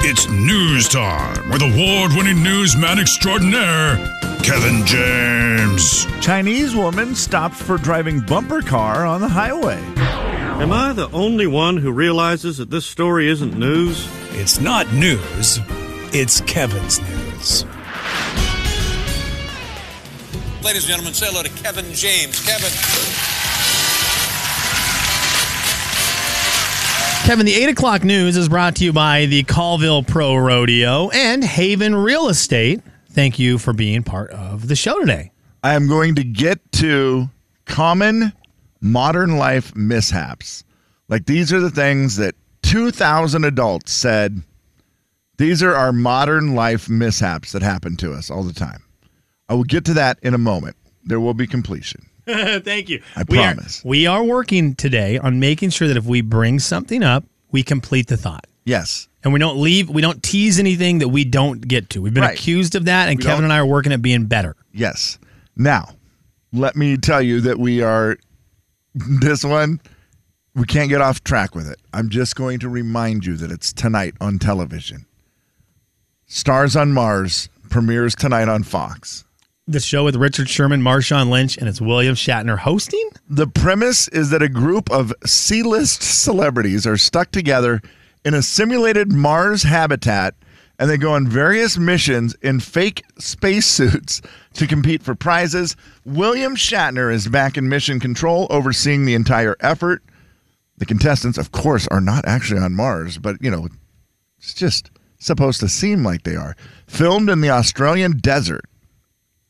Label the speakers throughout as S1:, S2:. S1: It's news time with award winning newsman extraordinaire, Kevin James.
S2: Chinese woman stopped for driving bumper car on the highway.
S3: Am I the only one who realizes that this story isn't news?
S4: It's not news, it's Kevin's news.
S5: Ladies and gentlemen, say hello to Kevin James. Kevin.
S6: Kevin, the 8 o'clock news is brought to you by the Colville Pro Rodeo and Haven Real Estate. Thank you for being part of the show today.
S2: I am going to get to common modern life mishaps. Like these are the things that 2,000 adults said. These are our modern life mishaps that happen to us all the time. I will get to that in a moment. There will be completion.
S6: Thank you.
S2: I
S6: we are-
S2: promise.
S6: we are working today on making sure that if we bring something up, we complete the thought.
S2: Yes.
S6: And we don't leave, we don't tease anything that we don't get to. We've been
S2: Right.
S6: accused of that, and
S2: We
S6: Kevin
S2: don't-
S6: and I are working at being better.
S2: Yes. Now, let me tell you that we are this one. We can't get off track with it. I'm just going to remind you that it's tonight on television. Stars on Mars premieres tonight on Fox.
S6: The show with Richard Sherman, Marshawn Lynch, and it's William Shatner hosting?
S2: The premise is that a group of C list celebrities are stuck together in a simulated Mars habitat and they go on various missions in fake spacesuits to compete for prizes. William Shatner is back in mission control, overseeing the entire effort. The contestants, of course, are not actually on Mars, but you know, it's just supposed to seem like they are. Filmed in the Australian desert.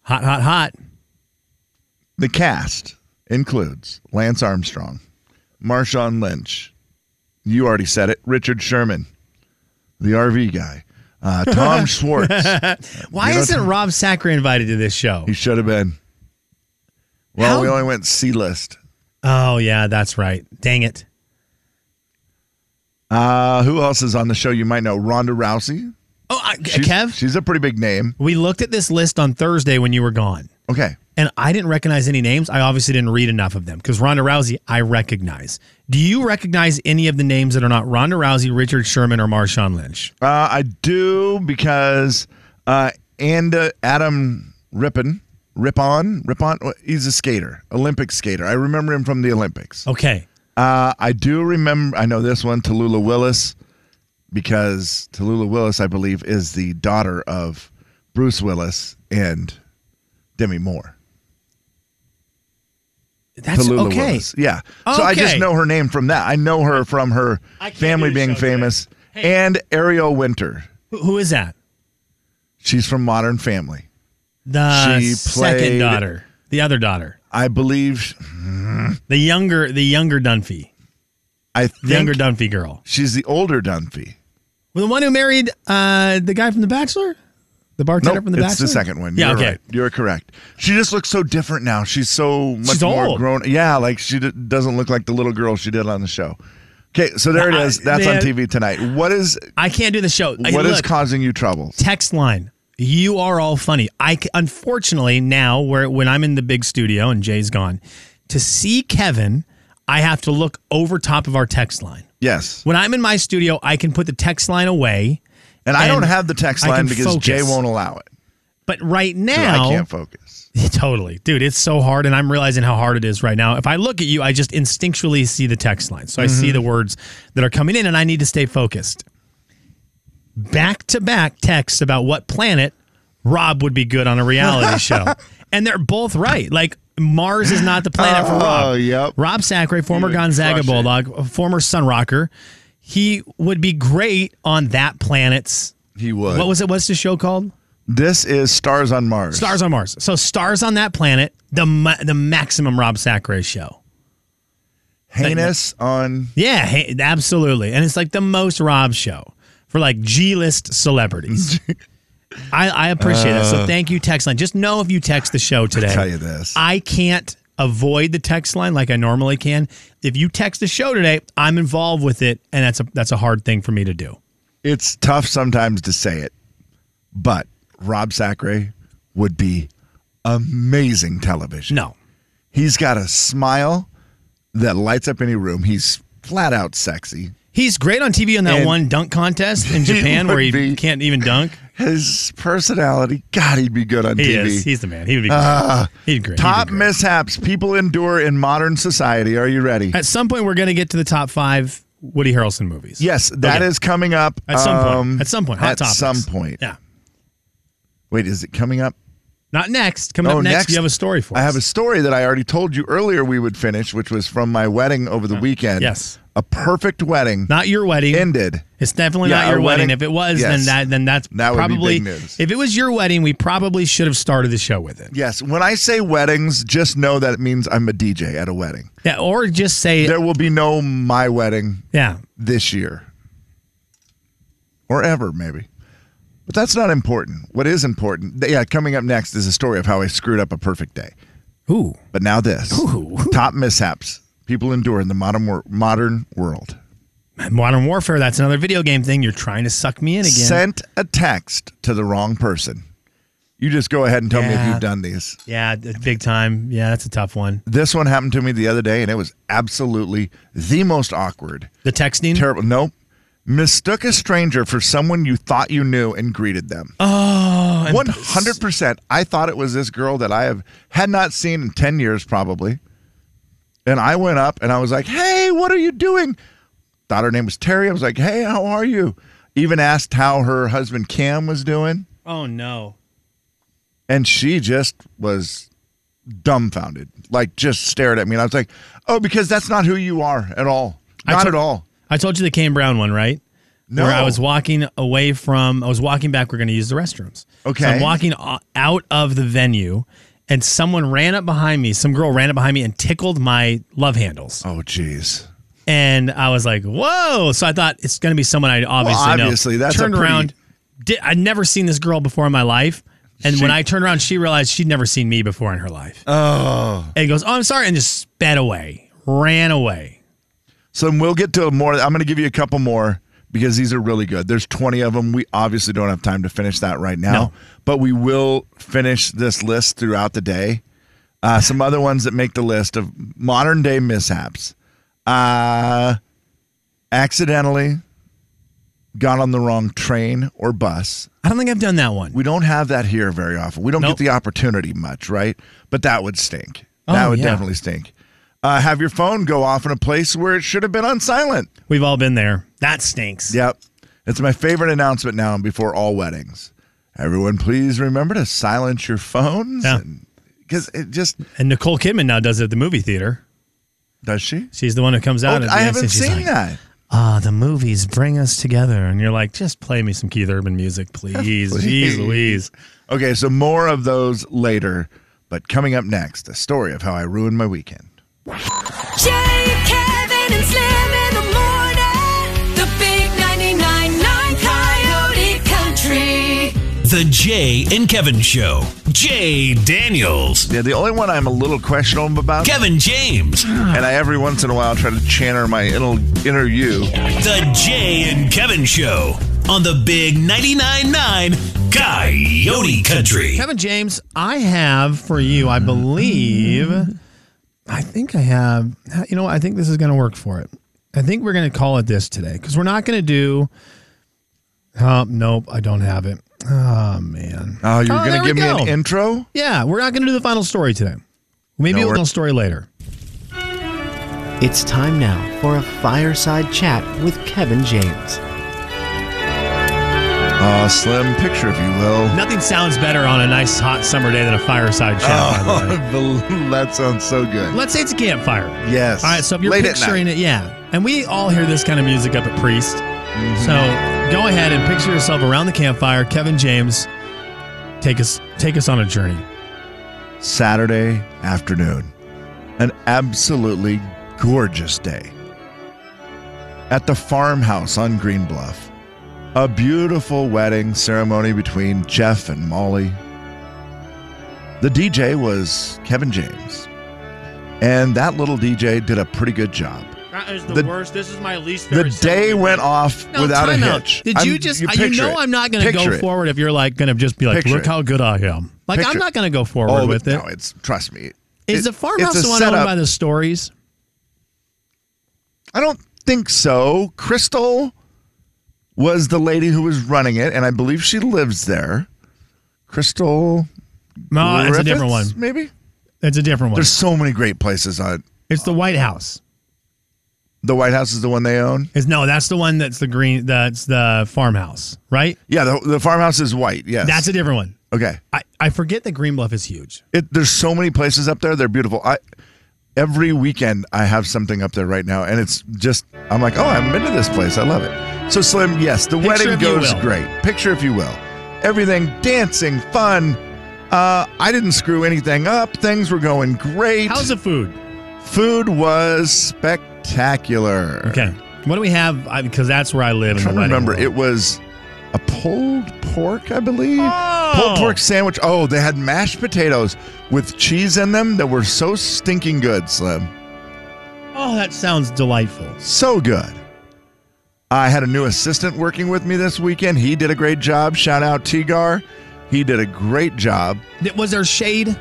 S6: Hot, hot, hot.
S2: The cast includes Lance Armstrong, Marshawn Lynch, you already said it, Richard Sherman, the RV guy, uh, Tom Schwartz.
S6: Why
S2: You know-
S6: isn't Rob Sacker invited to this show?
S2: He should have been. Well,
S6: How-
S2: we only went C list.
S6: Oh, yeah, that's right. Dang it.
S2: Uh, who else is on the show you might know? Ronda Rousey.
S6: Oh, I,
S2: She's-
S6: Kev,
S2: She's a pretty big name.
S6: we looked at this list on Thursday when you were gone,
S2: Okay.
S6: and I didn't recognize any names. I obviously didn't read enough of them because Ronda Rousey, I recognize. Do you recognize any of the names that are not Ronda Rousey, Richard Sherman, or Marshawn Lynch?
S2: Uh, I do because uh, and uh, Adam Rippon, Ripon, Ripon. He's a skater, Olympic skater. I remember him from the Olympics.
S6: Okay.
S2: Uh, I do remember. I know this one, Tallulah Willis, because Tallulah Willis, I believe, is the daughter of Bruce Willis and Demi Moore.
S6: That's
S2: Tallulah
S6: okay.
S2: Willis, yeah. So I just
S6: Okay.
S2: know her name from that. I know her from her
S6: I can't
S2: family
S6: do the
S2: being
S6: show today.
S2: famous
S6: Hey.
S2: and Ariel Winter.
S6: Who, who is that?
S2: She's from Modern Family.
S6: The
S2: She
S6: second
S2: played-
S6: daughter, the other daughter,
S2: I believe.
S6: the younger, the younger Dunphy,
S2: I
S6: the younger
S2: think
S6: Dunphy girl,
S2: she's the older Dunphy.
S6: the one who married uh, the guy from The Bachelor, the bartender
S2: Nope,
S6: from The Bachelor.
S2: it's the second one.
S6: Yeah.
S2: You're
S6: okay.
S2: right. You're correct. She just looks so different now. She's so much
S6: She's
S2: more
S6: old.
S2: grown. Yeah, like she d- doesn't look like the little girl she did on the show. Okay, so there it
S6: I-
S2: is. That's
S6: man.
S2: on TV tonight. What is
S6: I can't do the show.
S2: what
S6: I-
S2: is
S6: look,
S2: causing you troubles?
S6: text line. You are all funny. I c- unfortunately now where when I'm in the big studio and Jay's gone, to see Kevin, I have to look over top of our text line.
S2: Yes,
S6: When I'm in my studio, I can put the text line away,
S2: and, I
S6: and
S2: don't have the text
S6: I
S2: line
S6: can
S2: because
S6: focus.
S2: Jay won't allow it.
S6: but right
S2: So
S6: now
S2: I can't focus.
S6: totally, dude, it's so hard, and I'm realizing how hard it is right now. If I look at you, I just instinctually see the text line, so I see
S2: Mm-hmm.
S6: the words that are coming in, and I need to stay focused. Back to back texts about what planet Rob would be good on a reality show, and they're both right. Like Mars is not the planet for Rob.
S2: Oh, yep.
S6: Rob Sacre, former
S2: would
S6: Gonzaga
S2: crush it.
S6: Bulldog, a former Sun Rocker, he would be great on that planet's.
S2: He would.
S6: What was it? What's the show called?
S2: This is Stars on Mars.
S6: Stars on Mars. So stars on that planet, the ma- the maximum Rob Sacre show.
S2: heinous on.
S6: Yeah, hey, absolutely. And it's like the most Rob show for like G list celebrities. I, I appreciate it. So thank you, text line. Just know if you text the show today,
S2: Uh. tell you this.
S6: I can't avoid the text line like I normally can. If you text the show today, I'm involved with it, and that's a that's a hard thing for me to do.
S2: It's tough sometimes to say it, but Rob Sacre would be amazing television.
S6: No,
S2: He's got a smile that lights up any room. He's flat out sexy.
S6: He's great on TV on that
S2: And-
S6: one dunk contest in Japan where
S2: would
S6: he
S2: be.
S6: can't even dunk.
S2: His personality, God, he'd be good on
S6: He
S2: TV.
S6: is. He's the man. He would be great. He'd great. He'd
S2: Uh, Top
S6: be great.
S2: mishaps people endure in modern society. Are you ready?
S6: At some point, we're going to get to the top five Woody Harrelson movies.
S2: yes, that is
S6: Okay.
S2: coming up
S6: At some
S2: um,
S6: point. At some point. Hot
S2: at
S6: topics.
S2: some point.
S6: Yeah.
S2: Wait, is it coming up?
S6: Not next. Coming up next, you have a story for
S2: I
S6: us.
S2: have a story that I already told you earlier we would finish, which was from my wedding over the weekend.
S6: yes.
S2: a perfect wedding
S6: Not your wedding.
S2: ended.
S6: It's definitely
S2: Yeah,
S6: not your
S2: our
S6: wedding.
S2: wedding-
S6: If it was,
S2: Yes.
S6: then that then that's
S2: That would be
S6: probably
S2: big news.
S6: if it was your wedding, we probably should have started the show with it.
S2: Yes, when I say weddings, just know that it means I'm a DJ at a wedding.
S6: Yeah, or just say
S2: There will be no my wedding
S6: yeah.
S2: this year or ever, maybe. But that's not important. What is important, yeah, coming up next is a story of how I screwed up a perfect day.
S6: Ooh.
S2: But now this top mishaps people endure in the modern wor- modern world.
S6: Modern Warfare, that's another video game thing. You're trying to suck me in again.
S2: Sent a text to the wrong person. You just go ahead and tell me if
S6: Yeah.
S2: you've done these.
S6: yeah, d- big time. Yeah, that's a tough one.
S2: This one happened to me the other day, and it was absolutely the most awkward.
S6: The texting.
S2: Terrible. Nope. Mistook a stranger for someone you thought you knew and greeted them.
S6: oh, and-
S2: One hundred percent. I thought it was this girl that I have had not seen in ten years, probably. And I went up and I was like, "Hey, what are you doing?" Thought her name was Terry. I was like, "Hey, how are you?" Even asked how her husband Cam was doing,
S6: oh no.
S2: and she just was dumbfounded, like just stared at me. And I was like, "Oh, because that's not who you are at all.
S6: I
S2: Not
S6: to-
S2: at all."
S6: I told you the Kane Brown one, right?
S2: No.
S6: Where I was walking away from, I was walking back. We're going to use the restrooms.
S2: Okay.
S6: So I'm walking o- out of the venue, and someone ran up behind me. Some girl ran up behind me and tickled my love handles,
S2: Oh, jeez.
S6: and I was like, "Whoa!" So I thought it's going to be someone I obviously know.
S2: obviously, that's a
S6: turned
S2: pretty-
S6: around. Did, I'd never seen this girl before in my life, and when
S2: She-
S6: I turned around, she realized she'd never seen me before in her life.
S2: Oh.
S6: and goes, "Oh, I'm sorry," and just sped away, ran away.
S2: So we'll get to more. I'm going to give you a couple more because these are really good. There's 20 of them. We obviously don't have time to finish that right now,
S6: No.
S2: but we will finish this list throughout the day. Uh, some other ones that make the list of modern day mishaps. Uh, accidentally got on the wrong train or bus.
S6: I don't think I've done that one.
S2: We don't have that here very often. We don't
S6: Nope.
S2: get the opportunity much, right? But that would stink.
S6: Oh,
S2: that would
S6: yeah.
S2: definitely stink. Uh, have your phone go off in a place where it should have been on silent.
S6: We've all been there. That stinks.
S2: Yep. It's my favorite announcement now and before all weddings. Everyone, please remember to silence your phones.
S6: Yeah.
S2: Because it just,
S6: And Nicole Kidman now does it at the movie theater.
S2: does she?
S6: She's the one who comes
S2: Oh,
S6: out. and
S2: I haven't
S6: she's
S2: seen
S6: like,
S2: that.
S6: Ah, the movies bring us together, and you're like, just play me some Keith Urban music,
S2: Please.
S6: please. Jeez Louise.
S2: Okay, so more of those later. But coming up next, a story of how I ruined my weekend.
S7: Jay, Kevin, and Slim in the morning. The big 99.9 Coyote Country.
S4: The Jay and Kevin Show. Jay Daniels.
S2: Yeah, the only one I'm a little questionable about,
S4: Kevin James.
S2: and I every once in a while try to channel my inner, inner you.
S4: The Jay and Kevin Show. On the big 99.9 9 Coyote Country.
S6: Kevin James, I have for you,
S2: Mm-hmm.
S6: I believe, I think I have, you know what? I think this is going to work for it. I think we're going to call it this today because we're not going to do, oh, nope, I don't have it. Oh, man.
S2: Oh, you're
S6: there
S2: going to
S6: we
S2: give me
S6: go.
S2: an intro?
S6: Yeah, we're not going to do the final story today. Maybe
S2: No,
S6: a
S2: we're-
S6: little story later.
S8: It's time now for a fireside chat with Kevin James.
S2: Oh, slim picture, if you will.
S6: Nothing sounds better on a nice hot summer day than a fireside chat. by the way.
S2: that sounds so good.
S6: Let's say it's a campfire.
S2: Yes.
S6: Oh. All right, so if you're
S2: Late at
S6: picturing
S2: night.
S6: it, yeah. And we all hear this kind of music up at Priest. So go ahead and picture yourself around the campfire. Kevin James, take us take us on a journey.
S2: Saturday afternoon. An absolutely gorgeous day. At the farmhouse on Green Bluff, a beautiful wedding ceremony between Jeff and Molly. The DJ was Kevin James, and that little DJ did a pretty good job.
S6: That is
S2: The-
S6: worst. This is my least
S2: The day went off
S6: No,
S2: without a
S6: time out.
S2: hitch.
S6: Did
S2: I'm-
S6: you just? You,
S2: picture
S6: know
S2: it.
S6: I'm not going to
S2: Picture
S6: go
S2: it.
S6: forward if you're like going to just be like,
S2: Picture
S6: look
S2: it.
S6: how good I am. Like
S2: Picture
S6: I'm
S2: it.
S6: not going to go forward
S2: oh,
S6: with it.
S2: No, it's trust me.
S6: Is
S2: It-
S6: the
S2: it's
S6: farmhouse
S2: a
S6: the one
S2: setup.
S6: owned by the stories?
S2: I don't think so. Crystal was the lady who was running it, and I believe she lives there. Crystal.
S6: No, Uh, it's a different one.
S2: Griffiths, Maybe
S6: It's a different one.
S2: there's so many great places on it.
S6: it's the White House.
S2: The White House is the one they own.
S6: Is no, that's the one that's the green. That's the farmhouse, right?
S2: Yeah, the, the farmhouse is white. Yes,
S6: That's a different one.
S2: Okay,
S6: I, I forget that Green Bluff is huge.
S2: it, there's so many places up there. They're beautiful. I every weekend I have something up there right now, and it's just I'm like, oh, I haven't been to this place. I love it. So Slim, yes, the
S6: Picture
S2: wedding
S6: if you
S2: goes
S6: will.
S2: great. Picture if you will, everything dancing, fun. Uh, I didn't screw anything up. Things were going great.
S6: How's the food?
S2: Food was spectacular.
S6: Okay, what do we have? I- Because that's where I
S2: I'm
S6: live. in the
S2: trying to
S6: wedding
S2: remember.
S6: world.
S2: It was a pulled pork, I believe.
S6: Oh.
S2: Pulled pork sandwich. Oh, they had mashed potatoes with cheese in them that were so stinking good, Slim.
S6: Oh, that sounds delightful.
S2: So good. I had a new assistant working with me this weekend. He did a great job. Shout out Tigar. He did a great job.
S6: Th- Was there shade?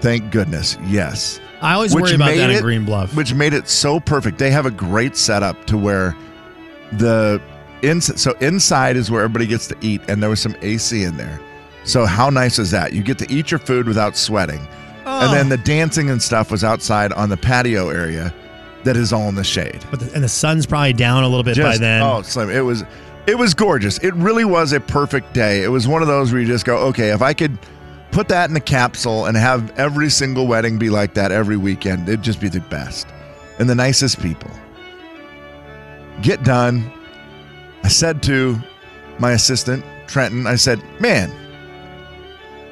S2: Thank goodness. Yes.
S6: I always worry about that in Green Bluff.
S2: Which made it so perfect. They have a great setup to where the ins- so inside is where everybody gets to eat, and there was some AC in there. So how nice is that? You get to eat your food without sweating,
S6: Oh.
S2: and then the dancing and stuff was outside on the patio area, that is all in the shade.
S6: but the, and the sun's probably down a little bit by
S2: Just-
S6: then.
S2: oh, Slim, it was it was gorgeous. It really was a perfect day. It was one of those where you just go, okay, if I could put that in a capsule and have every single wedding be like that every weekend, it'd just be the best and the nicest people. Get done. I said to my assistant Trenton, I said, "Man,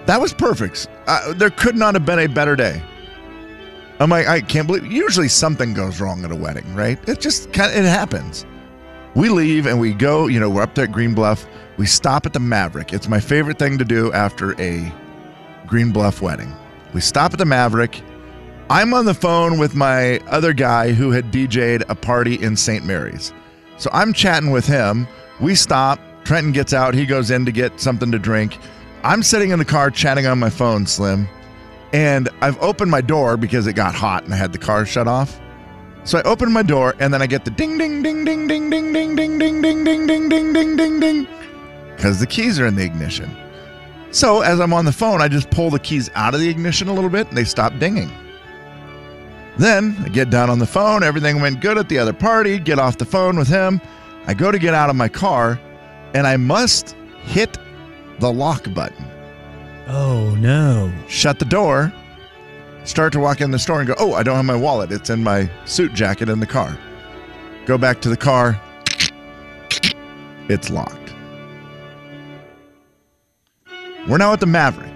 S2: that was perfect. Uh, there could not have been a better day." I'm like, I can't believe. Usually, something goes wrong at a wedding, right? It just kind of it happens. We leave and we go, you know, we're up there at Green Bluff. We stop at the Maverick. It's my favorite thing to do after a Green Bluff wedding. We stop at the Maverick. I'm on the phone with my other guy who had DJ'd a party in St. Mary's. So I'm chatting with him. We stop. Trenton gets out. He goes in to get something to drink. I'm sitting in the car chatting on my phone, Slim. And I've opened my door because it got hot and I had the car shut off. So I open my door and then I get the ding ding ding ding ding ding ding ding ding ding ding ding ding ding ding ding because the keys are in the ignition. So as I'm on the phone, I just pull the keys out of the ignition a little bit and they stop dinging. Then I get down on the phone, everything went good at the other party, get off the phone with him. I go to get out of my car and I must hit the lock button
S6: Oh, no.
S2: shut the door, start to walk in the store and go, oh, I don't have my wallet. It's in my suit jacket in the car. Go back to the car. It's locked. We're now at the Maverick,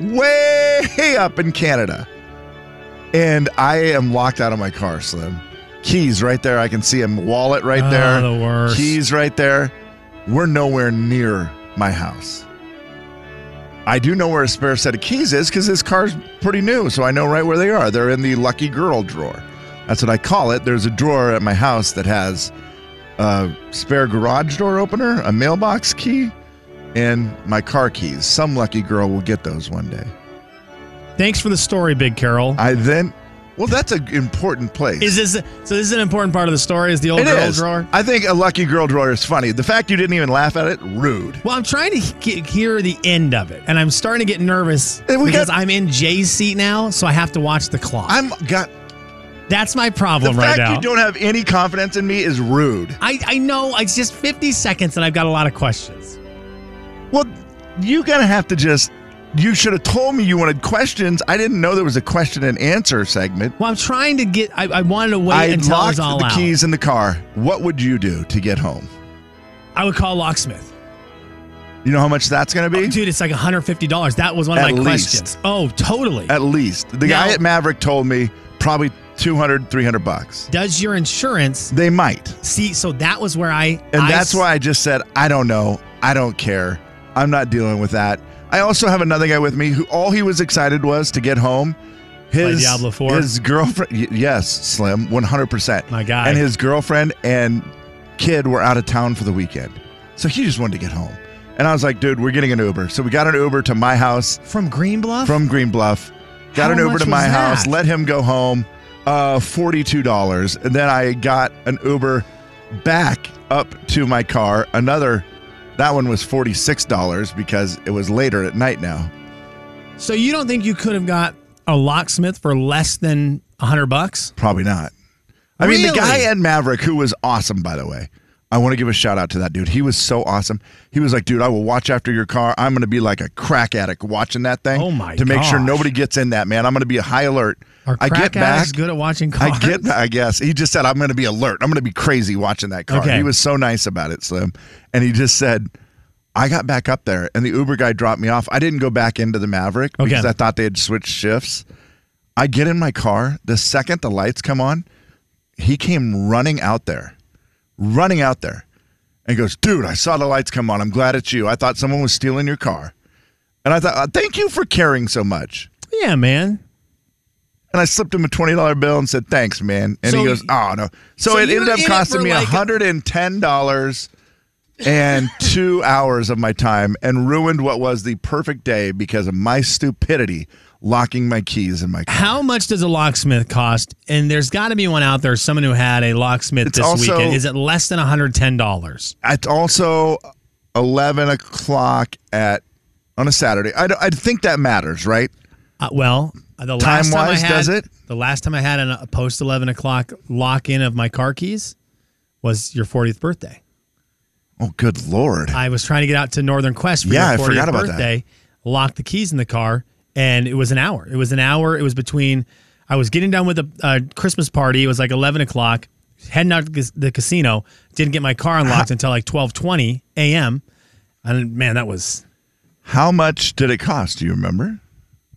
S2: way up in Canada. And I am locked out of my car, Slim. Keys right there. I can see him. Wallet right
S6: Oh,
S2: there.
S6: the worst.
S2: Keys right there. We're nowhere near my house. I do know where a spare set of keys is because this car's pretty new, so I know right where they are. They're in the lucky girl drawer. That's what I call it. There's a drawer at my house that has a spare garage door opener, a mailbox key, and my car keys. Some lucky girl will get those one day.
S6: Thanks for the story, Big Carol.
S2: I then, well, that's an important place.
S6: Is this so? This is an important part of the story. Is the old
S2: It
S6: girl
S2: is.
S6: drawer?
S2: I think a lucky girl drawer is funny. The fact you didn't even laugh at it, rude.
S6: Well, I'm trying to he- get- hear the end of it, and I'm starting to get nervous
S2: Hey, we
S6: because
S2: got-
S6: I'm in Jay's seat now, so I have to watch the clock.
S2: I'm got
S6: That's my
S2: the
S6: problem right
S2: fact
S6: now.
S2: you don't have any confidence in me is rude.
S6: I, I know it's just 50 seconds, and I've got a lot of questions.
S2: Well, you gotta have to just. You should have told me you wanted questions. I didn't know there was a question and answer segment.
S6: Well, I'm trying to get. I, I wanted to wait
S2: I
S6: until it
S2: locked
S6: was all
S2: the
S6: out.
S2: keys in the car. What would you do to get home?
S6: I would call locksmith. Oh,
S2: You know how much that's gonna be?
S6: Uh, Dude, it's like 150 dollars. That was one of
S2: At
S6: my
S2: least.
S6: questions. Oh, totally.
S2: At least. The guy
S6: Now-
S2: at Maverick told me probably 200, 300 bucks.
S6: Does your insurance
S2: They might.
S6: see? So that was where I.
S2: And
S6: I
S2: that's
S6: s-
S2: why I just said, I don't know. I don't care. I'm not dealing with that. I also have another guy with me who all he was excited was to get home. His
S6: Diablo 4?
S2: his girlfriend, y- yes, Slim, 100%.
S6: My guy.
S2: And his girlfriend and kid were out of town for the weekend. So he just wanted to get home. And I was like, dude, we're getting an Uber. So we got an Uber to my house
S6: from Green Bluff.
S2: from Green Bluff. Got
S6: How
S2: an Uber
S6: much
S2: to
S6: was
S2: my
S6: that?
S2: house. Let him go home. uh, $42. And then I got an Uber back up to my car. Another, that one was $46 because it was later at night now.
S6: So you don't think you could have got a locksmith for less than a hundred bucks?
S2: Probably not. I mean, the
S6: Really?
S2: guy at Maverick, who was awesome, by the way. I want to give a shout out to that dude. He was so awesome. He was like, dude, I will watch after your car. I'm going to be like a crack addict watching that thing.
S6: Oh my
S2: To make sure
S6: gosh.
S2: nobody gets in that, man. I'm going to be high alert.
S6: Are
S2: I get
S6: crack addicts
S2: back.
S6: good at watching
S2: I
S6: cars?
S2: get I guess. He just said, I'm going to be alert. I'm going to be crazy watching that car.
S6: Okay.
S2: He was so nice about it, Slim. And he just said, I got back up there and the Uber guy dropped me off. I didn't go back into the Maverick
S6: Okay.
S2: because I thought they had switched shifts. I get in my car. The second the lights come on, he came running out there, running out there, and goes, Dude, I saw the lights come on. I'm glad it's you. I thought someone was stealing your car. And I thought, "Uh, Thank you for caring so much.
S6: Yeah, man.
S2: And I slipped him a twenty dollar bill and said, "Thanks, man." And
S6: So-
S2: he goes, "Oh no!" So,
S6: so
S2: it
S6: you
S2: ended
S6: were
S2: up
S6: in it
S2: costing
S6: for
S2: me
S6: like a-
S2: hundred and ten dollars and two hours of my time, and ruined what was the perfect day because of my stupidity locking my keys in my. car.
S6: How much does a locksmith cost? And there's got to be one out there. Someone who had a locksmith
S2: It's
S6: this
S2: also-
S6: weekend. Is it less than one hundred ten dollars?
S2: It's also eleven o'clock at on a Saturday. I don't, I think that matters, right?
S6: Uh, well, uh, the last time I
S2: Time-wise,
S6: had,
S2: does it?
S6: The last time I had an, a post eleven o'clock lock in of my car keys was your fortieth birthday.
S2: Oh, good lord!
S6: I was trying to get out to Northern Quest for
S2: Yeah, I
S6: your 40th
S2: forgot about that.
S6: birthday. Locked the keys in the car, and it was an hour. It was an hour. It was between. I was getting done with a uh, Christmas party. It was like eleven o'clock. Heading out to cas- the casino. Didn't get my car unlocked until like twelve twenty a.m. And man, that was
S2: How much did it cost? Do you remember?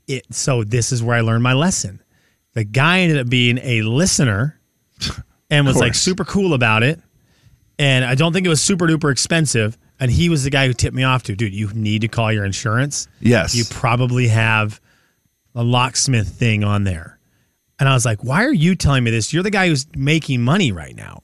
S6: it. So this is where I learned my lesson. The guy ended up being a listener, and was like
S2: course.
S6: super cool about it. And I don't think it was super duper expensive. And he was the guy who tipped me off to, dude. You need to call your insurance.
S2: Yes.
S6: you probably have a locksmith thing on there. And I was like, why are you telling me this? You're the guy who's making money right now.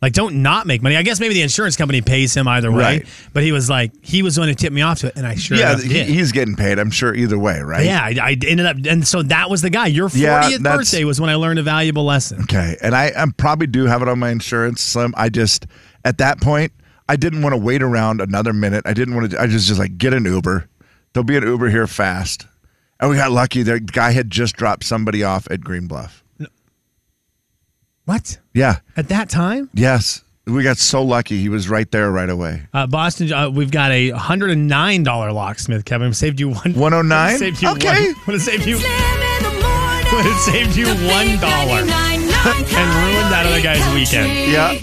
S6: Like, don't not make money. I guess maybe the insurance company pays him either way.
S2: Right.
S6: But he was like, he was the one who tipped me off to it. And I sure
S2: yeah,
S6: enough
S2: he,
S6: did.
S2: he's getting paid. I'm sure either way, right?
S6: yeah, I, I ended up. And so that was the guy. Your 40th
S2: Yeah, that's-
S6: birthday was when I learned a valuable lesson.
S2: Okay, and I, I probably do have it on my insurance, Slim. I just at that point I didn't want to wait around another minute. I didn't want to. I just just like get an Uber. There'll be an Uber here fast. And we got lucky. The guy had just dropped somebody off at Green Bluff.
S6: What?
S2: Yeah.
S6: At that time?
S2: Yes. We got so lucky. He was right there right away.
S6: Uh, Boston, uh, we've got a $109 locksmith, Kevin. Saved you one.
S2: 109?
S6: Saved you
S2: Okay.
S6: One, would have saved you.
S7: Slim in the morning.
S6: Would have saved you
S7: The
S6: $1.
S7: big 99.9
S6: And ruined that other guy's
S7: Coyote
S6: weekend.
S7: Country.
S2: Yeah.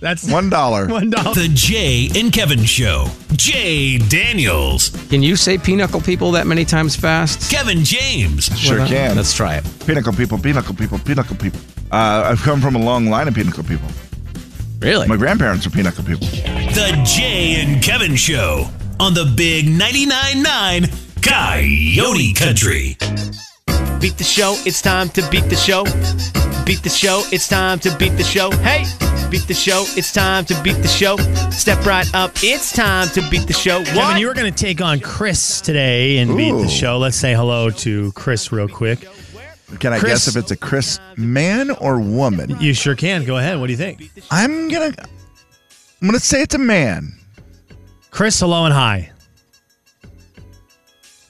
S6: That's
S2: One dollar.
S6: One dollar.
S4: The Jay and Kevin Show. Jay Daniels,
S9: Can you say pinochle people that many times fast?
S4: Kevin James,
S2: Sure can.
S9: Let's try it.
S2: pinnacle people. Pinnacle people. Pinnacle people. Uh, I've come from a long line of pinnacle people.
S9: Really?
S2: My grandparents were pinnacle people.
S4: The Jay and Kevin Show on the Big 99.9 9 Coyote Country.
S8: Beat the show, it's time to beat the show. Beat the show, it's time to beat the show. Hey! Beat the show, it's time to beat the show. Step right up, it's time to beat the show.
S6: Kevin, you were going to take on Chris today and beat
S2: Ooh.
S6: the show. Let's say hello to Chris real quick.
S2: Can I
S6: Chris-
S2: guess if it's a Chris man or woman?
S6: You sure can. Go ahead. What do you think?
S2: I'm gonna I'm gonna say it's a man.
S6: Chris, hello and hi.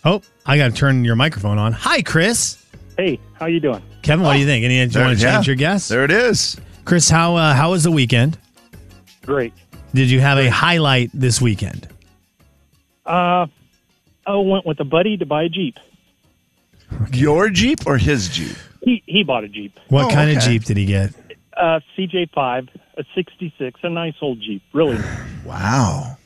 S6: Oh, I got to turn your microphone on. Hi, Chris.
S10: Hey, how you doing?
S6: Kevin, what do you think? Any, do you want to
S2: There-
S6: change
S2: yeah.
S6: your guess?
S2: There it is.
S6: Chris, how uh, how was the weekend?
S10: Great.
S6: Did you have a highlight this weekend?
S10: Uh, I went with a buddy to buy a Jeep.
S2: Your Jeep or his Jeep?
S10: He he bought a Jeep,
S6: What
S2: Oh,
S6: kind of
S2: okay.
S6: Jeep did he get?
S10: uh, CJ5, a '66, a nice old Jeep, really. nice.
S2: Wow.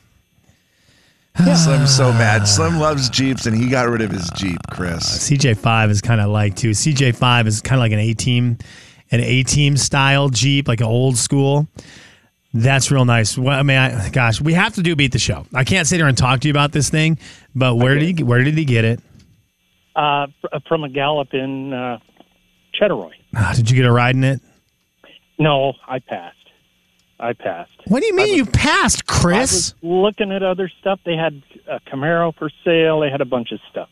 S2: Slim's so mad. Slim loves Jeeps and he got rid of his Jeep, Chris.
S6: CJ5 is kind of like too. CJ5 is kind of like an A team, an A team style Jeep, like an old school. That's real nice. Well, I mean, I, gosh, we have to do beat the show. I can't sit here and talk to you about this thing, but where did he where did he get it?
S10: Uh, fr- from a Gallup in uh, Cheddaroy.
S6: Ah, did you get a ride in it?
S10: No, I passed. I passed.
S6: What do you mean you passed,
S10: I
S6: Chris?
S10: was looking at other stuff. They had a Camaro for sale. They had a bunch of stuff.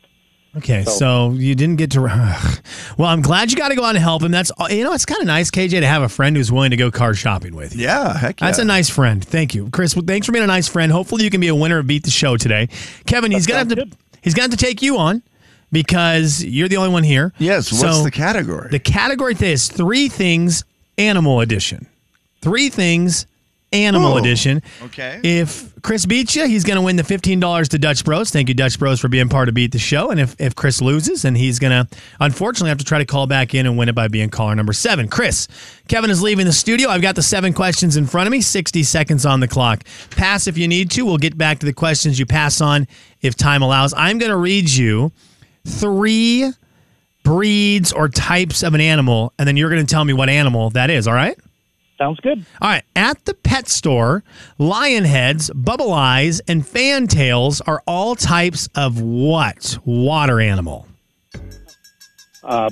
S6: Okay, so you didn't get to. ugh. Well, I'm glad you got to go out and help him. That's uh, you know, it's kind of nice, KJ, to have a friend who's willing to go car shopping with you.
S2: Yeah, heck yeah.
S6: That's a nice friend. Thank you, Chris. Well, thanks for being a nice friend. Hopefully, you can be a winner of Beat the Show today, Kevin. He's gonna have to. He's gonna have to take you on because you're the only one here.
S2: Yes, what's
S6: So
S2: the category?
S6: The category today is three things, animal edition. Three things, animal
S2: Oh,
S6: edition.
S2: okay.
S6: If Chris beats you, he's going to win the $15 to Dutch Bros. Thank you, Dutch Bros, for being part of Beat the Show. And if, if Chris loses, and he's going to unfortunately have to try to call back in and win it by being caller number seven. Chris, Kevin is leaving the studio. I've got the seven questions in front of me, 60 seconds on the clock. Pass if you need to. We'll get back to the questions you pass on if time allows. I'm going to read you three breeds or types of an animal, and then you're going to tell me what animal that is, all right?
S10: Sounds good.
S6: All right. At the pet store, lion heads, bubble eyes, and fantails are all types of what water animal?
S10: Uh,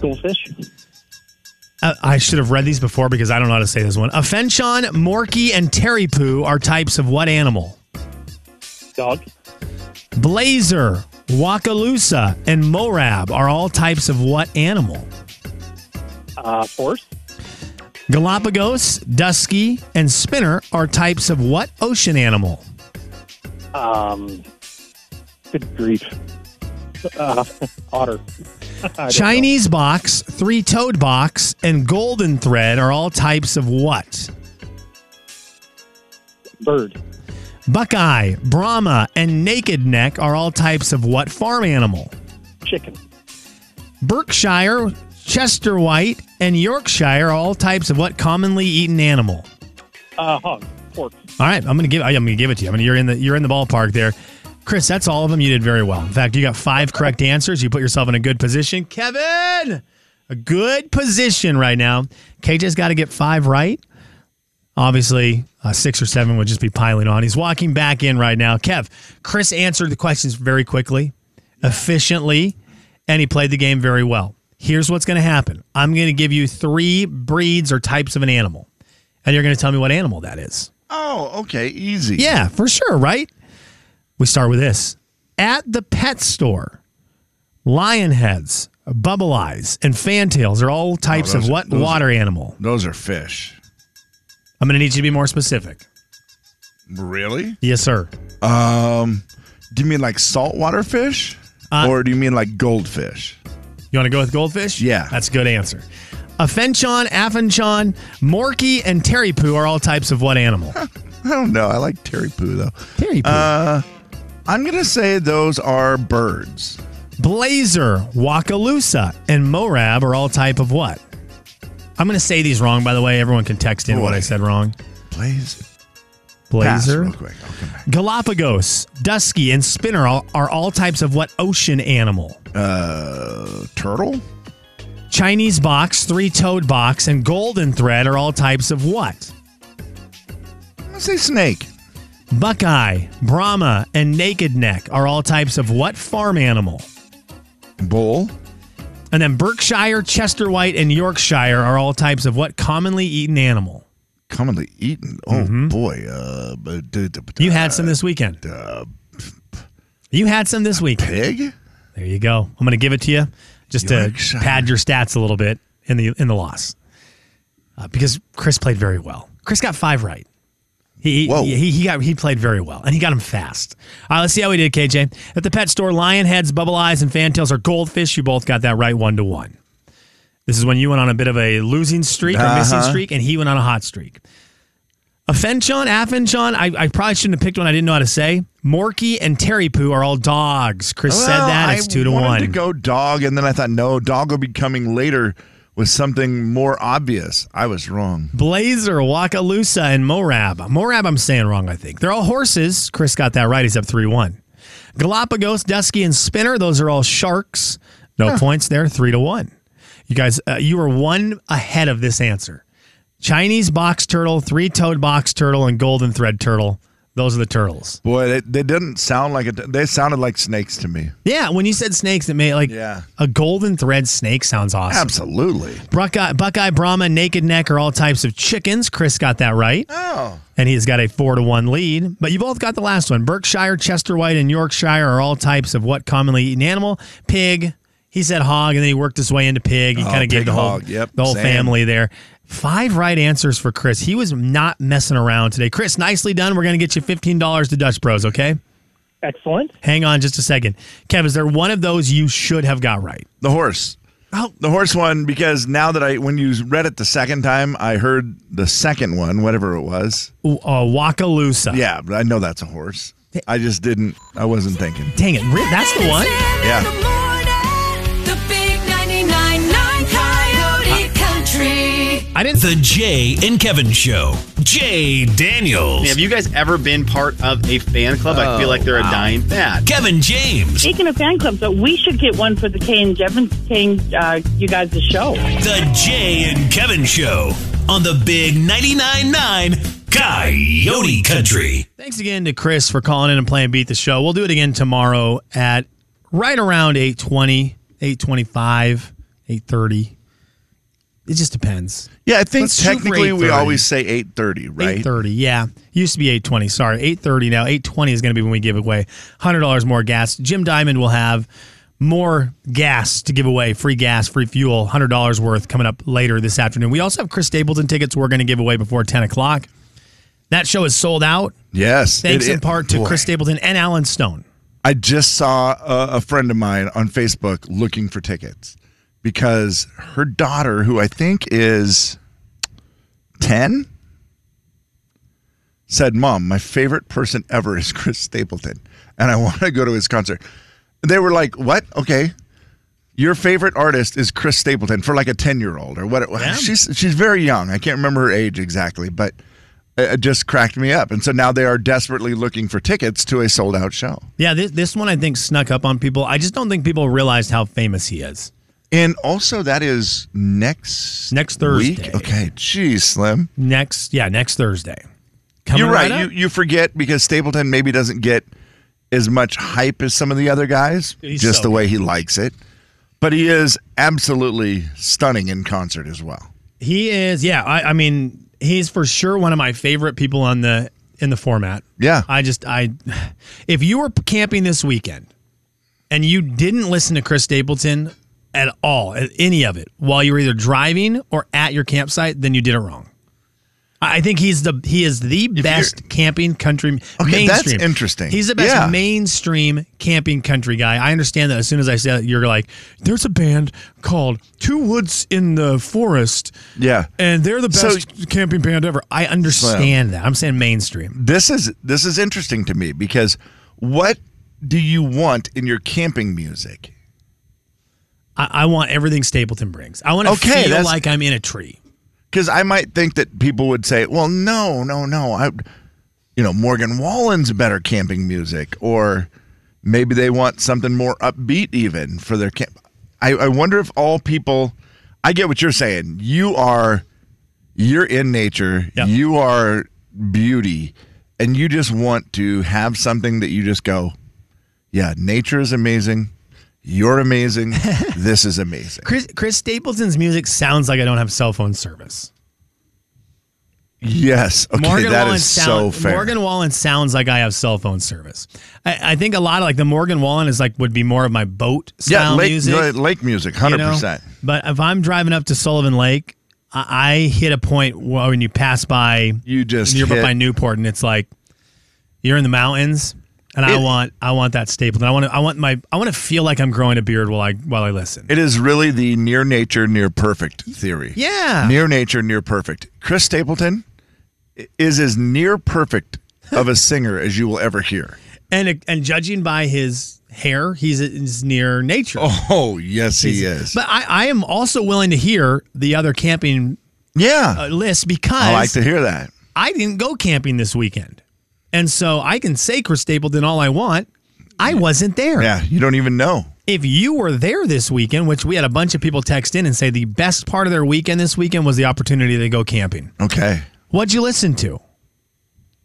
S10: goldfish.
S6: Uh, I should have read these before because I don't know how to say this one. A fenchon, morky, and terry poo are types of what animal?
S10: Dog.
S6: Blazer, wakalusa, and morab are all types of what animal?
S10: Uh, horse.
S6: Galapagos, dusky, and spinner are types of what ocean animal?
S10: Um, good grief. Uh, otter. I don't
S6: Chinese box, three toed box, and golden thread are all types of what?
S10: know. Bird.
S6: Buckeye, Brahma, and naked neck are all types of what farm animal?
S10: Chicken.
S6: Berkshire, Chester White, and Yorkshire are all types of what commonly eaten animal?
S10: Uh, hog. Pork.
S6: All right, I'm gonna give I'm gonna give it to you. I mean, you're in the you're in the ballpark there, Chris. That's all of them. You did very well. In fact, you got five correct answers. You put yourself in a good position, Kevin. A good position right now. KJ's got to get five right. Obviously, uh, six or seven would just be piling on. He's walking back in right now. Kev, Chris answered the questions very quickly, efficiently, and he played the game very well. Here's what's going to happen I'm going to give you three breeds or types of an animal, and you're going to tell me what animal that is.
S2: oh, okay, easy.
S6: Yeah, for sure, right? We start with this. At the pet store, lion heads, bubble eyes, and fantails are all types of
S2: Oh, those-
S6: what
S2: those-
S6: water animal?
S2: Those are fish.
S6: I'm going to need you to be more specific.
S2: Really?
S6: Yes, sir.
S2: Um, do you mean like saltwater fish,
S6: Uh,
S2: or do you mean like goldfish?
S6: You want to go with goldfish?
S2: Yeah.
S6: That's a good answer. A fenchon, afanchon, morky, and terry poo are all types of what animal?
S2: I don't know. I like terry poo though.
S6: terry poo.
S2: Uh, I'm gonna say those are birds.
S6: Blazer, Wakalusa, and Morab are all type of what? I'm going to say these wrong, by the way. Everyone can text in what
S2: Boy.
S6: I said wrong.
S2: Blaze. Pass
S6: Blazer.
S2: real quick. I'll come back.
S6: Galapagos, dusky, and spinner are, are all types of what ocean animal?
S2: Uh, turtle.
S6: Chinese box, three toed box, and golden thread are all types of what?
S2: I'm gonna say snake.
S6: Buckeye, Brahma, and naked neck are all types of what farm animal?
S2: Bull.
S6: And then Berkshire, Chester White, and Yorkshire are all types of what commonly eaten animal?
S2: Commonly eaten. Oh boy. Uh, but d- d- d-
S6: Mm-hmm. You had some this weekend.
S2: uh,
S6: You had some this week.
S2: pig.
S6: There you go. I'm going to give it to you just
S2: Yorkshire.
S6: to pad your stats a little bit in the in the loss, uh, because Chris played very well. Chris got five right. He,
S2: Whoa.
S6: he he got he played very well and he got him fast. All right, let's see how we did, KJ. At the pet store, lion heads, bubble eyes, and fantails are goldfish. You both got that right, one to one. This is when you went on a bit of a losing streak or missing
S2: Uh-huh.
S6: streak, and he went on a hot streak. A fenchon, afenchon. I, I probably shouldn't have picked one. I didn't know how to say. Morky and terry poo are all dogs. Chris said
S2: Well,
S6: that. It's
S2: I
S6: two to
S2: wanted
S6: one.
S2: To go dog, and then I thought no, dog will be coming later with something more obvious. I was wrong.
S6: Blazer, Wakalusa, and Morab. Morab, I'm saying wrong, I think. They're all horses. Chris got that right. He's up 3 1. Galapagos, Dusky, and Spinner. Those are all sharks. No points there. 3 to 1. You guys, uh, you were one ahead of this answer. Chinese box turtle, three toed box turtle, and golden thread turtle. Those are the turtles.
S2: Boy, they, they didn't sound like it. They sounded like snakes to me.
S6: Yeah, when you said snakes, it made like
S2: Yeah.
S6: a golden thread snake sounds awesome.
S2: Absolutely.
S6: Buckeye, Buckeye, Brahma, Naked Neck are all types of chickens. Chris got that right.
S2: Oh.
S6: and he's got a four to one lead. But you both got the last one. Berkshire, Chester White, and Yorkshire are all types of what commonly eaten animal? Pig. He said hog, and then he worked his way into pig. He
S2: Oh,
S6: kind of
S2: pig,
S6: gave the whole,
S2: hog. Yep,
S6: the whole
S2: same.
S6: family there. Five right answers for Chris. He was not messing around today. Chris, nicely done. We're going to get you $15 to Dutch Bros, okay?
S10: Excellent.
S6: Hang on just a second. Kev, is there one of those you should have got right?
S2: The horse.
S6: Oh,
S2: The horse one, because now that I, when you read it the second time, I heard the second one, whatever it was.
S6: uh, Wakalusa.
S2: Yeah, but I know that's a horse. I just didn't, I wasn't thinking.
S6: Dang it. re- That's the one?
S2: Yeah.
S7: In the morning, the big 99.9 Coyote Country.
S6: I didn't.
S4: The Jay and Kevin Show. Jay Daniels.
S8: Have you guys ever been part of a fan club? I feel like
S6: Oh,
S8: they're a dying fad.
S4: Kevin James.
S11: Speaking of fan clubs, though, we should get one for the K and Jevin King, uh, you guys, the show.
S4: The Jay and Kevin Show on the Big 99.9 9 Coyote Country.
S6: Thanks again to Chris for calling in and playing Beat the Show. We'll do it again tomorrow at right around 820, 825, 830. It just depends.
S2: Yeah, I think
S6: Let's shoot for
S2: technically we
S6: 8:30.
S2: always say 8.30, right?
S6: 830, yeah. Used to be 820, sorry. 830 now. 820 is going to be when we give away $100 more gas. Jim Diamond will have more gas to give away, free gas, free fuel, $100 worth coming up later this afternoon. We also have Chris Stapleton tickets we're going to give away before 10 o'clock. That show is sold out.
S2: Yes.
S6: Thanks
S2: It-
S6: in
S2: it-
S6: part to
S2: boy.
S6: Chris Stapleton and Alan Stone.
S2: I just saw a, a friend of mine on Facebook looking for tickets because her daughter, who I think is 10, said, Mom, my favorite person ever is Chris Stapleton, and I want to go to his concert. And they were like, What? Okay. Your favorite artist is Chris Stapleton for like a 10 year old or what? She's, she's very young. I can't remember her age exactly, but it it just cracked me up. And so now they are desperately looking for tickets to a sold out show.
S6: Yeah, this, this one I think snuck up on people. I just don't think people realized how famous he is.
S2: And also, that is next
S6: Next Thursday.
S2: Week? Okay, geez, Slim.
S6: Next, yeah, next Thursday. Coming
S2: You're right.
S6: up.
S2: you you forget because Stapleton maybe doesn't get as much hype as some of the other guys,
S6: He's
S2: just
S6: so
S2: the way he likes it. But he is absolutely stunning in concert as well.
S6: he is. Yeah, I, I mean, he's for sure one of my favorite people on the in the format.
S2: Yeah.
S6: I just I, if you were camping this weekend, and you didn't listen to Chris Stapleton at all, at any of it, while you were either driving or at your campsite, then you did it wrong. I I think he's the he is the best camping country
S2: Okay, that's
S6: mainstream.
S2: interesting.
S6: He's the best
S2: Yeah.
S6: mainstream camping country guy. I understand that. As soon as I say that, you're like, "There's a band called Two Woods in the Forest."
S2: Yeah.
S6: and they're the
S2: So-
S6: best camping band ever. I understand that. I'm saying mainstream.
S2: This is this is interesting to me because what do you want in your camping music?
S6: I, I want everything Stapleton brings. I want to
S2: Okay,
S6: feel
S2: that's-
S6: like I'm in a tree.
S2: because I might think that people would say, "Well, no, no, no." I, you know, Morgan Wallen's better camping music, or maybe they want something more upbeat, even for their camp. I, I wonder if all people. I get what you're saying. You are, you're in nature.
S6: Yeah.
S2: You are beauty, and you just want to have something that you just go, "Yeah, nature is amazing." You're amazing. this is amazing.
S6: Chris, Chris Stapleton's music sounds like I don't have cell phone service.
S2: Yes. Okay, that
S6: Morgan
S2: is
S6: Wallen
S2: so
S6: sound,
S2: fair.
S6: Morgan Wallen sounds like I have cell phone service. I, I think a lot of like the Morgan Wallen is like would be more of my boat style
S2: lake
S6: music.
S2: uh, lake music,
S6: you
S2: hundred
S6: know?
S2: percent.
S6: But if I'm driving up to Sullivan Lake, I, I hit a point where when you pass by
S2: You just
S6: you're up
S2: hit-
S6: by Newport and it's like you're in the mountains and I
S2: It-
S6: want I want that Stapleton. I want to I want my I want to feel like I'm growing a beard while I while I listen.
S2: It is really the near nature, near perfect theory.
S6: Yeah.
S2: near nature, near perfect. Chris Stapleton i- is as near perfect of a singer as you will ever hear.
S6: and and judging by his hair, he's, he's near nature.
S2: Oh yes, he is.
S6: But I, I am also willing to hear the other camping
S2: yeah,
S6: uh, list because
S2: I like to hear that.
S6: I didn't go camping this weekend. And so I can say Chris Stapleton all I want. I wasn't there.
S2: Yeah, you don't even know.
S6: If you were there this weekend, which we had a bunch of people text in and say the best part of their weekend this weekend was the opportunity to go camping.
S2: Okay,
S6: What'd you listen to?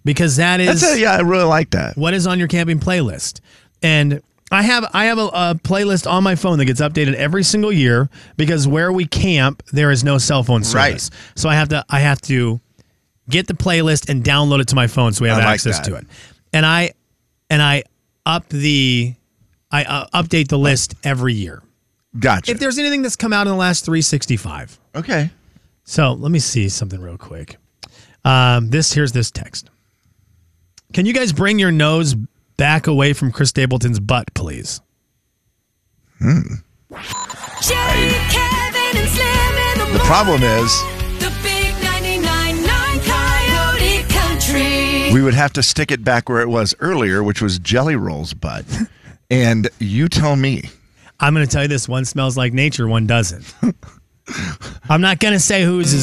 S6: because that is
S2: That's a- yeah, I really like that.
S6: What is on your camping playlist? And I have I have a, a playlist on my phone that gets updated every single year because where we camp there is no cell phone service. So I have to I have to get the playlist and download it to my phone so we have
S2: I like
S6: access
S2: that.
S6: to it. And I and I up the I uh, update the list every year.
S2: Gotcha.
S6: If there's anything that's come out in the last 365.
S2: Okay.
S6: So let me see something real quick. Um, this here's this text. Can you guys bring your nose back away from Chris Stapleton's butt, please?
S7: Jerry, Kevin, and Slim in the
S2: The problem is
S7: The big 99.9 Coyote Country.
S2: we would have to stick it back where it was earlier, which was Jelly Roll's butt. and you tell me.
S6: I'm going to tell you this: one smells like nature, one doesn't. I'm not going to say whose is